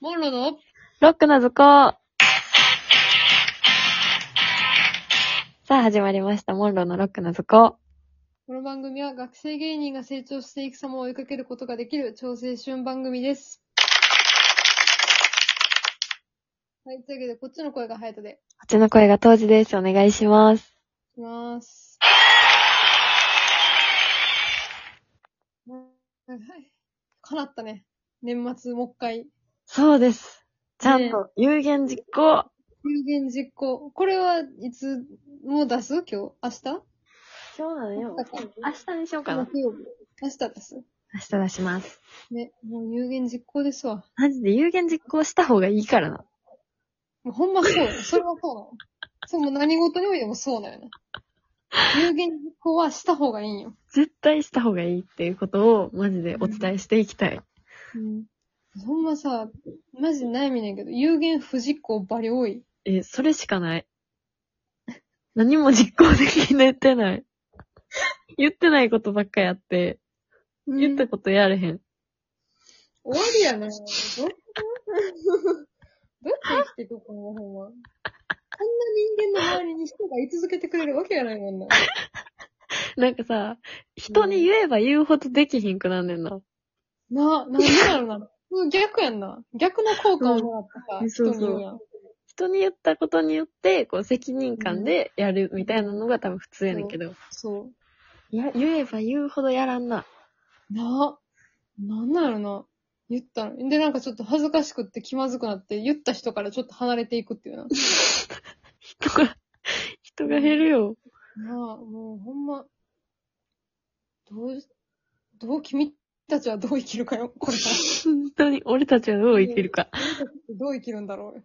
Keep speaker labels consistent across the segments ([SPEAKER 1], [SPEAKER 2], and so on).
[SPEAKER 1] モンローの
[SPEAKER 2] ロックな図工さあ、始まりました。モンローのロックな図工。
[SPEAKER 1] この番組は学生芸人が成長していく様を追いかけることができる超青春番組です。はい、というわけで、こっちの声がハヤトで、
[SPEAKER 2] こっちの声が当時です。お願いします。
[SPEAKER 1] いきます。はい。かなったね。年末、もっかい。
[SPEAKER 2] そうです。ちゃん
[SPEAKER 1] ね
[SPEAKER 2] と有言実行。
[SPEAKER 1] 有言実行。これはいつ、もう出す今日明日
[SPEAKER 2] 今日なのよ
[SPEAKER 1] 明日
[SPEAKER 2] 明日にしようかな。
[SPEAKER 1] 木曜日明日出す。
[SPEAKER 2] 明日出します。
[SPEAKER 1] ね、もう有言実行ですわ。
[SPEAKER 2] マジで有言実行した方がいいからな。
[SPEAKER 1] もうほんまそうよ。それはそうなの。そう、もう何事においてもそうだよな。有言実行はした方がいいんよ。
[SPEAKER 2] 絶対した方がいいっていうことを、マジでお伝えしていきたい。
[SPEAKER 1] ほんまさ、マジ悩みねんけど、有言不実行バリ多い。
[SPEAKER 2] え、それしかない。何も実行できねてない。言ってないことばっかやって、言った
[SPEAKER 1] 終
[SPEAKER 2] ことやれへん。
[SPEAKER 1] わりやな。どうするどうやって生きていくかな、ほんま。こんな人間の周りに人が居続けてくれるわけやないもんな。
[SPEAKER 2] なんかさ、人に言えば言うほどできひんくなんねんな。
[SPEAKER 1] な、なんでやろな。うん逆やんな。逆の効果をもらった
[SPEAKER 2] う
[SPEAKER 1] さ、人
[SPEAKER 2] ん
[SPEAKER 1] に
[SPEAKER 2] そうそう
[SPEAKER 1] やん
[SPEAKER 2] 人に言ったことによって、こう責任感でやるみたいなのが多分普通やねんけど。
[SPEAKER 1] そう。
[SPEAKER 2] いや、言えば言うほどやらんな。
[SPEAKER 1] な、なんなんやろな。言ったの。で、なんかちょっと恥ずかしくって気まずくなって、言った人からちょっと離れていくっていうな。
[SPEAKER 2] 人が、 人が減るよ。
[SPEAKER 1] なあ、もうほんま、どう、どう、君たちはどう生きるかよ、これから。
[SPEAKER 2] 本当に、俺たちはどう生きるか。
[SPEAKER 1] どう生きるんだろうよ。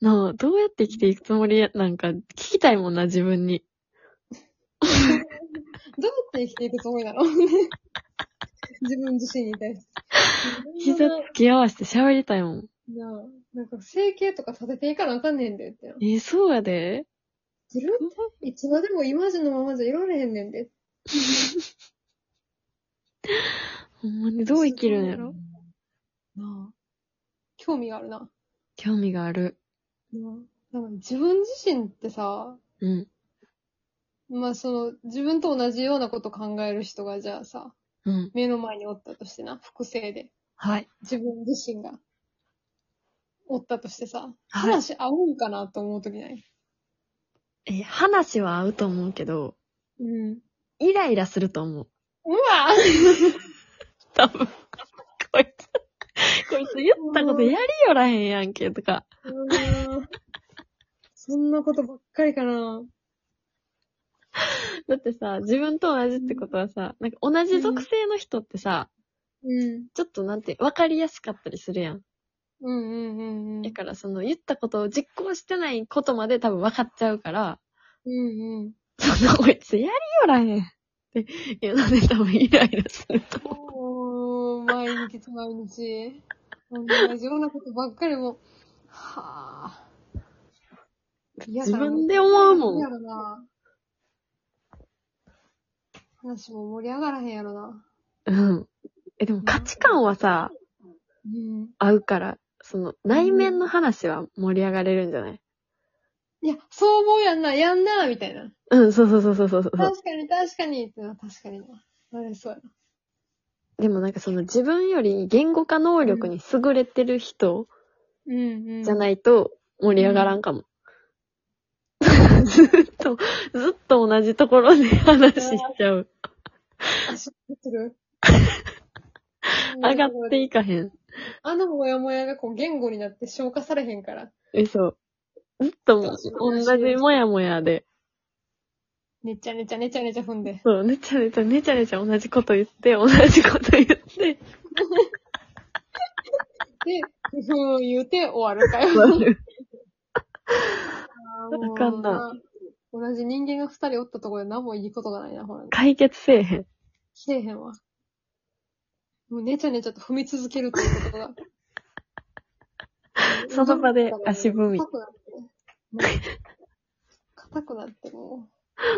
[SPEAKER 2] なあ、どうやって生きていくつもりや、なんか、聞きたいもんな、自分に。
[SPEAKER 1] どうやって生きていくつもり だろう自分自身に対して。
[SPEAKER 2] 膝
[SPEAKER 1] なあ
[SPEAKER 2] つ、き合わせて喋りたいもん。
[SPEAKER 1] なんか整形とか立てていかなあかんねんでってな。
[SPEAKER 2] えーそうやで。
[SPEAKER 1] ずるいいつまでもイマジンのままじゃいられへんねんで。
[SPEAKER 2] ほんまにどう生きるんやろ
[SPEAKER 1] なあ。興味があるな。な
[SPEAKER 2] 興味がある。
[SPEAKER 1] あなんか自分自身ってさ、
[SPEAKER 2] うん。
[SPEAKER 1] まあその、自分と同じようなこと考える人がじゃあさ、
[SPEAKER 2] うん。
[SPEAKER 1] 目の前におったとしてな、複製で。
[SPEAKER 2] はい。
[SPEAKER 1] 自分自身が。おったとしてさ、
[SPEAKER 2] はい
[SPEAKER 1] 話合うんかなと思うときない。
[SPEAKER 2] えー話は合うと思うけど、
[SPEAKER 1] うん。
[SPEAKER 2] イライラすると思う。
[SPEAKER 1] うわ
[SPEAKER 2] 多分。こいつ、こいつ言ったことやりよらへんやんけ、とか。
[SPEAKER 1] うーん そんなことばっかりかな。
[SPEAKER 2] だってさ、自分と同じってことはさ、なんか同じ属性の人ってさ、
[SPEAKER 1] うん。
[SPEAKER 2] ちょっとなんて、わかりやすかったりするやん。
[SPEAKER 1] うんうんうんうん。
[SPEAKER 2] だからその言ったことを実行してないことまで多分分かっちゃうから、
[SPEAKER 1] うんうん。
[SPEAKER 2] そんなこいつやりよらへん。っていうので多分イライラすると思
[SPEAKER 1] もう、
[SPEAKER 2] う。
[SPEAKER 1] 毎日毎日。同じようなことばっかりもう。はぁ。嫌だな
[SPEAKER 2] 自分で思うもん
[SPEAKER 1] 嫌だな。話も盛り上がらへんやろな。
[SPEAKER 2] うん。え、でも価値観はさ、
[SPEAKER 1] うん。
[SPEAKER 2] 合うから、その内面の話は盛り上がれるんじゃない
[SPEAKER 1] いや、そう思うやんな、やんな、みたいな。
[SPEAKER 2] うん、そうそうそうそうそうそう。
[SPEAKER 1] 確かに、確かに、ってのは確かにな。あれ、そうやな。
[SPEAKER 2] でもなんかその自分より言語化能力に優れてる人
[SPEAKER 1] うんうん。
[SPEAKER 2] じゃ
[SPEAKER 1] い。
[SPEAKER 2] ないと盛り上がらんかも。 ずっと、ずっと同じところで話しちゃう。
[SPEAKER 1] 足をする
[SPEAKER 2] 上がっていかへん。
[SPEAKER 1] あのモヤモヤがこう言語になって消化されへんから。
[SPEAKER 2] 嘘。ずっともう同じもやもやで。
[SPEAKER 1] ねちゃねちゃねちゃねちゃ踏んで。
[SPEAKER 2] そう、ねちゃねちゃねちゃねちゃ同じこと言って、同じこと言って。
[SPEAKER 1] で、ふーん言うて終わるかよ。
[SPEAKER 2] あかんな
[SPEAKER 1] もうな。同じ人間が二人おったところで何もいいことがないな、ほら。
[SPEAKER 2] 解決せえへん。
[SPEAKER 1] せえへんわ。もうねちゃねちゃと踏み続けるっていうことが。
[SPEAKER 2] その場で足踏み
[SPEAKER 1] 硬くなって。もう硬くなっても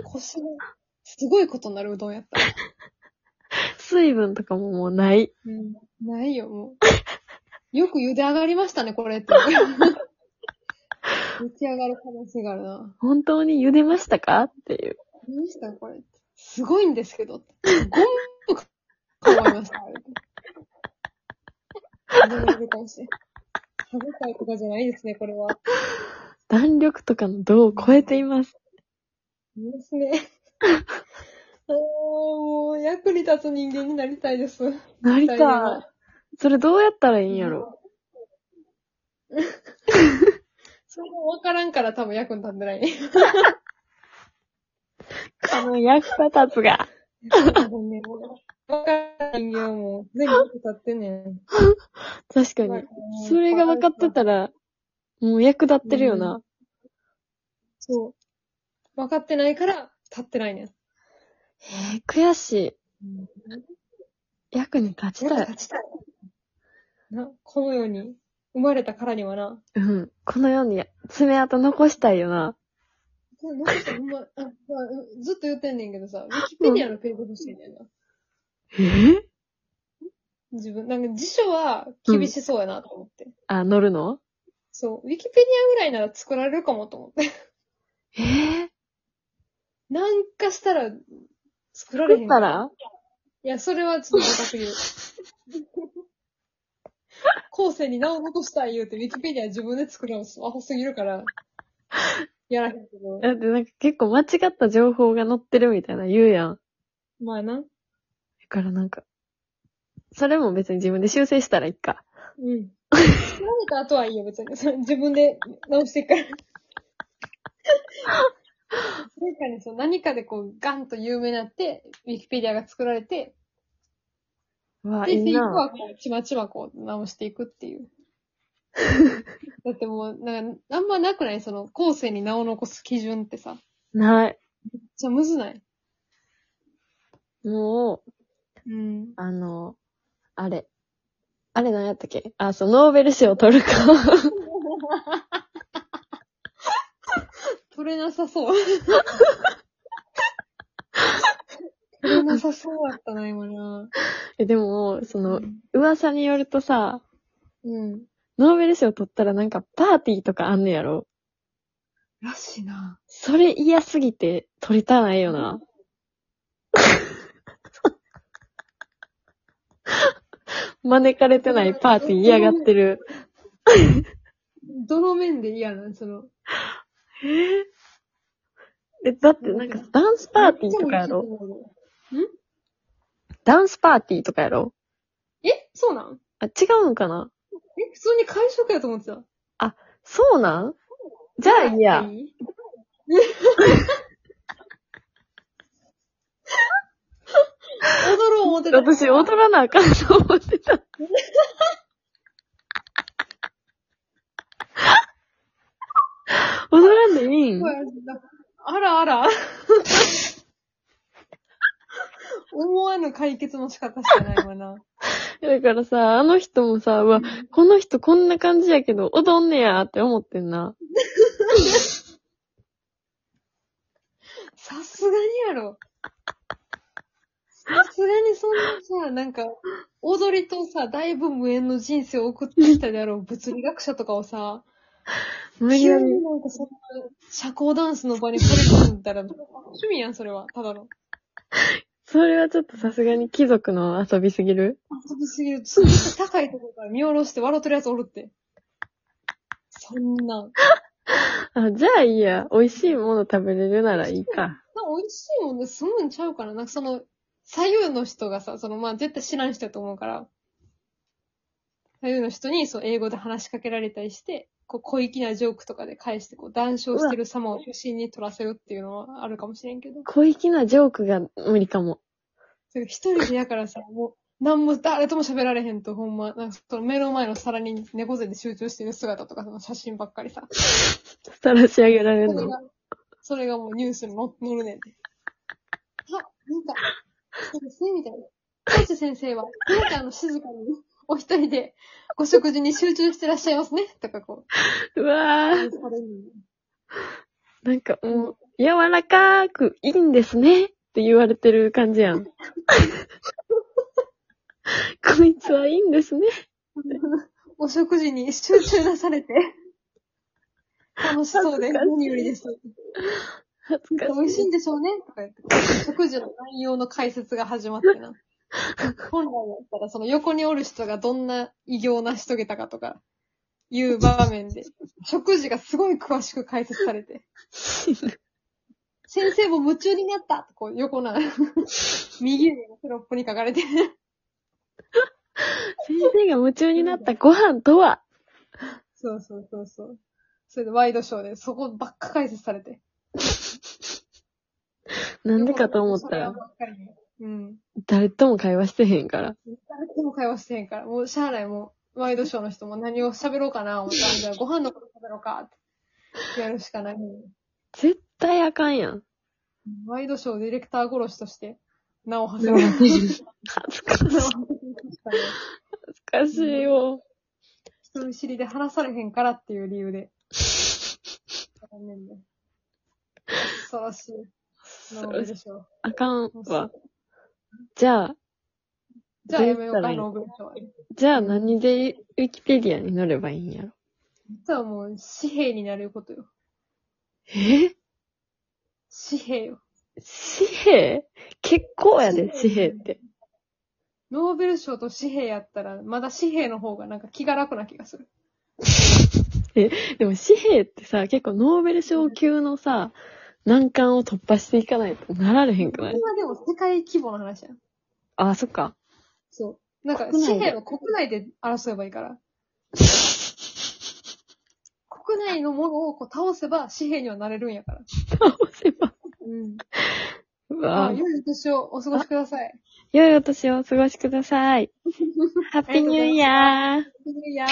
[SPEAKER 1] う、腰が、すごいことになるうどんやったら。
[SPEAKER 2] 水分とかももうない。
[SPEAKER 1] うん。ないよ、もう。よく茹で上がりましたね、これって。 出来上がる可能性があるな。
[SPEAKER 2] 本当に茹でましたかっていう。
[SPEAKER 1] 何したこれって。すごいんですけどって。ゴムかと思いました。あれでも茹でたいし歯応えとかじゃないですね、これは。
[SPEAKER 2] 弾力とかの度を超えています。
[SPEAKER 1] いいですね。あーもう、役に立つ人間になりたいです。
[SPEAKER 2] な
[SPEAKER 1] 二
[SPEAKER 2] り
[SPEAKER 1] 人で
[SPEAKER 2] た。
[SPEAKER 1] はい
[SPEAKER 2] それどうやったらいいんやろ。
[SPEAKER 1] それもわからんから多分役に立んで ない。
[SPEAKER 2] この役立つが。
[SPEAKER 1] 多分ね、わからん人間はもう、全部役立ってんねん。
[SPEAKER 2] 確か
[SPEAKER 1] わ
[SPEAKER 2] に
[SPEAKER 1] か。らん
[SPEAKER 2] それが分かって。たら、もう役立ってるよな。
[SPEAKER 1] そう。分かってないから、立ってないねん。
[SPEAKER 2] えー悔しい。役に立ち
[SPEAKER 1] 役
[SPEAKER 2] た
[SPEAKER 1] に
[SPEAKER 2] い。
[SPEAKER 1] 立ちたい。な、この世に、生まれたからにはな、
[SPEAKER 2] うん。この世に爪痕残したいよな。
[SPEAKER 1] なんかほんま、あ、まあ、ずっと言ってんねんけどさ、ウィキペディアのページ欲しいねんな。
[SPEAKER 2] え
[SPEAKER 1] 自分、なんか辞書は厳しそうやなと思って。
[SPEAKER 2] あ、乗るの
[SPEAKER 1] そう、ウィキペディアぐらいなら作られるかもと思って。
[SPEAKER 2] えー、
[SPEAKER 1] なんかしたら、作られへん。
[SPEAKER 2] 作ったら
[SPEAKER 1] いや、それはちょっと高すぎる。後世に名を残したい言うて、ウィキペディア自分で作るのアホすぎるから、やらへんけど。
[SPEAKER 2] だってなんか結構間違った情報が載ってるみたいな言うやん。
[SPEAKER 1] まあな。
[SPEAKER 2] だからなんか、それも別に自分で修正したらいいか。
[SPEAKER 1] うん。作られた後はいいよ、別に。それ自分で直していくから。何かね、そう何かでこう、ガンと有名になって、ウィキペディアが作られて、
[SPEAKER 2] うわ、
[SPEAKER 1] で、
[SPEAKER 2] いい
[SPEAKER 1] フェイク
[SPEAKER 2] な。
[SPEAKER 1] はこう、ちまちまこう、直していくって いう。だってもう、なんか、あんまなくないその、後世に名を残す基準ってさ。
[SPEAKER 2] ない。
[SPEAKER 1] じゃあ、むずない
[SPEAKER 2] もう、
[SPEAKER 1] うん。
[SPEAKER 2] あの、あれ。あれ何やったっけあ、そう、ノーベル賞を取るか。
[SPEAKER 1] 取れなさそう。取れなさそうだったな、今な。
[SPEAKER 2] え、でも、そうの、
[SPEAKER 1] ん。
[SPEAKER 2] 噂によるとさ、
[SPEAKER 1] うん。
[SPEAKER 2] ノーベル賞取ったらなんかパーティーとかあんねやろ。
[SPEAKER 1] らしいな。
[SPEAKER 2] それ嫌すぎて取りたないよな。 招かれてないパーティー嫌がってる。
[SPEAKER 1] どの面で嫌なんその。
[SPEAKER 2] え、だってなんかダンスパーティーとかやろ
[SPEAKER 1] ろ
[SPEAKER 2] ダンスパーティーとかやろ
[SPEAKER 1] えそうなん
[SPEAKER 2] あ、違うんかな
[SPEAKER 1] え普通に会食やと思ってた。
[SPEAKER 2] そうなんじゃあ嫌。
[SPEAKER 1] いい踊ろう思ってた。
[SPEAKER 2] 私踊らなあかんと思ってた。 踊らんでいいん
[SPEAKER 1] あらあら。思わぬ解決の仕方してないわな。
[SPEAKER 2] だからさ、あの人もさ、うわ、この人こんな感じやけど、踊んねやって思ってんな。
[SPEAKER 1] さすがにやろ。さすがにそんなさ、なんか、踊りとさ、だいぶ無縁の人生を送ってきたであろう物理学者とかをさ、
[SPEAKER 2] 無理
[SPEAKER 1] 急
[SPEAKER 2] やり
[SPEAKER 1] に。なんかそんな、社交ダンスの場にこれ込んだら、趣味やん、それは。ただの。
[SPEAKER 2] それはちょっとさすがに貴族の遊びすぎる。
[SPEAKER 1] 遊びすぎる。すごい高いところから見下ろして笑ってるやつおるって。そんなん。
[SPEAKER 2] あ、じゃあいいや。美味しいもの食べれるならいいか。
[SPEAKER 1] なんか美味しいもんで済むんちゃうかななんかその、左右の人がさ、その、まあ、絶対知らん人やと思うから、左右の人に、そう、英語で話しかけられたりして、こう、小粋なジョークとかで返して、こう、談笑してる様を不審に撮らせるっていうのはあるかもしれんけど、
[SPEAKER 2] 小粋なジョークが無理かも。
[SPEAKER 1] それ一人でやからさ、もう、なんも誰とも喋られへんと、ほんま、なんかその目の前の皿に猫背で集中してる姿とか、その写真ばっかりさ、
[SPEAKER 2] さらし上げられる
[SPEAKER 1] それ
[SPEAKER 2] の。
[SPEAKER 1] が、それがもうニュースにの載るねんて。あ、なんか、そうですね、みたいな。コーチ先生は、皆さんの静かに、お一人で、ご食事に集中してらっしゃいますね、とかこう。
[SPEAKER 2] うわ
[SPEAKER 1] ニュ
[SPEAKER 2] ー
[SPEAKER 1] ー。スされるの
[SPEAKER 2] なんかもう、柔らかくいいんですねって言われてる感じ やん。こいつはいいんですね。
[SPEAKER 1] お食事に集中なされて、楽しそうで何よりです。
[SPEAKER 2] 恥ずかしい。
[SPEAKER 1] 美味しいんでしょうねとか言って、食事の内容の解説が始まってな。本来だったら、その横におる人がどんな偉業を成し遂げたかとか、いう場面で、食事がすごい詳しく解説されて、先生も夢中になったとこう横な、右上のテロップに書かれて、
[SPEAKER 2] 先生が夢中になったご飯とは
[SPEAKER 1] そうそうそうそう。それでワイドショーでそこばっか解説されて。
[SPEAKER 2] なんでかと思った
[SPEAKER 1] 横
[SPEAKER 2] ら
[SPEAKER 1] の、そればっかりねうん。
[SPEAKER 2] 誰とも会話してへんから。
[SPEAKER 1] 誰とも会話してへんから、もうしゃあない、もう、ワイドショーの人も何を喋ろうかな、思ったんじゃあご飯のこと喋ろうか、って、やるしかない。
[SPEAKER 2] 絶対あかんやん。
[SPEAKER 1] ワイドショーディレクター殺しとして、名を
[SPEAKER 2] 恥
[SPEAKER 1] 馳
[SPEAKER 2] ず
[SPEAKER 1] せる。名を
[SPEAKER 2] かしい。恥ずか
[SPEAKER 1] 馳せ
[SPEAKER 2] しい
[SPEAKER 1] る
[SPEAKER 2] よ。
[SPEAKER 1] 人見知りで話されへんからっていう理由で。残念だ恐ろしい。
[SPEAKER 2] 恐
[SPEAKER 1] ノーベル
[SPEAKER 2] ろしい
[SPEAKER 1] 賞。
[SPEAKER 2] あかんわ。じゃあ、
[SPEAKER 1] じゃあやめよう
[SPEAKER 2] どう
[SPEAKER 1] か、
[SPEAKER 2] 言ったらいい
[SPEAKER 1] ノーベル賞は。
[SPEAKER 2] じゃあ何でウィキペディアに載ればいいんやろ。
[SPEAKER 1] 実はもう、紙幣になることよ。
[SPEAKER 2] え
[SPEAKER 1] 紙幣よ。
[SPEAKER 2] 紙幣結構やで、紙幣って。
[SPEAKER 1] ノーベル賞と紙幣やったら、まだ紙幣の方がなんか気が楽な気がする。
[SPEAKER 2] でも紙幣ってさ、結構ノーベル賞級のさ、難関を突破していかないとなられへんくない
[SPEAKER 1] 今でも世界規模の話やん。
[SPEAKER 2] あそっか。
[SPEAKER 1] そう。なんか、
[SPEAKER 2] 国内
[SPEAKER 1] 紙
[SPEAKER 2] で
[SPEAKER 1] 幣は国内で争えばいいから。国内のものをこう倒せば紙幣にはなれるんやから。
[SPEAKER 2] 倒せば。
[SPEAKER 1] うん。
[SPEAKER 2] う
[SPEAKER 1] あ、
[SPEAKER 2] わ
[SPEAKER 1] 良いお年をお過ごしください。
[SPEAKER 2] 良いお年をお過ごしください。ハッピーニューイヤー。
[SPEAKER 1] いや。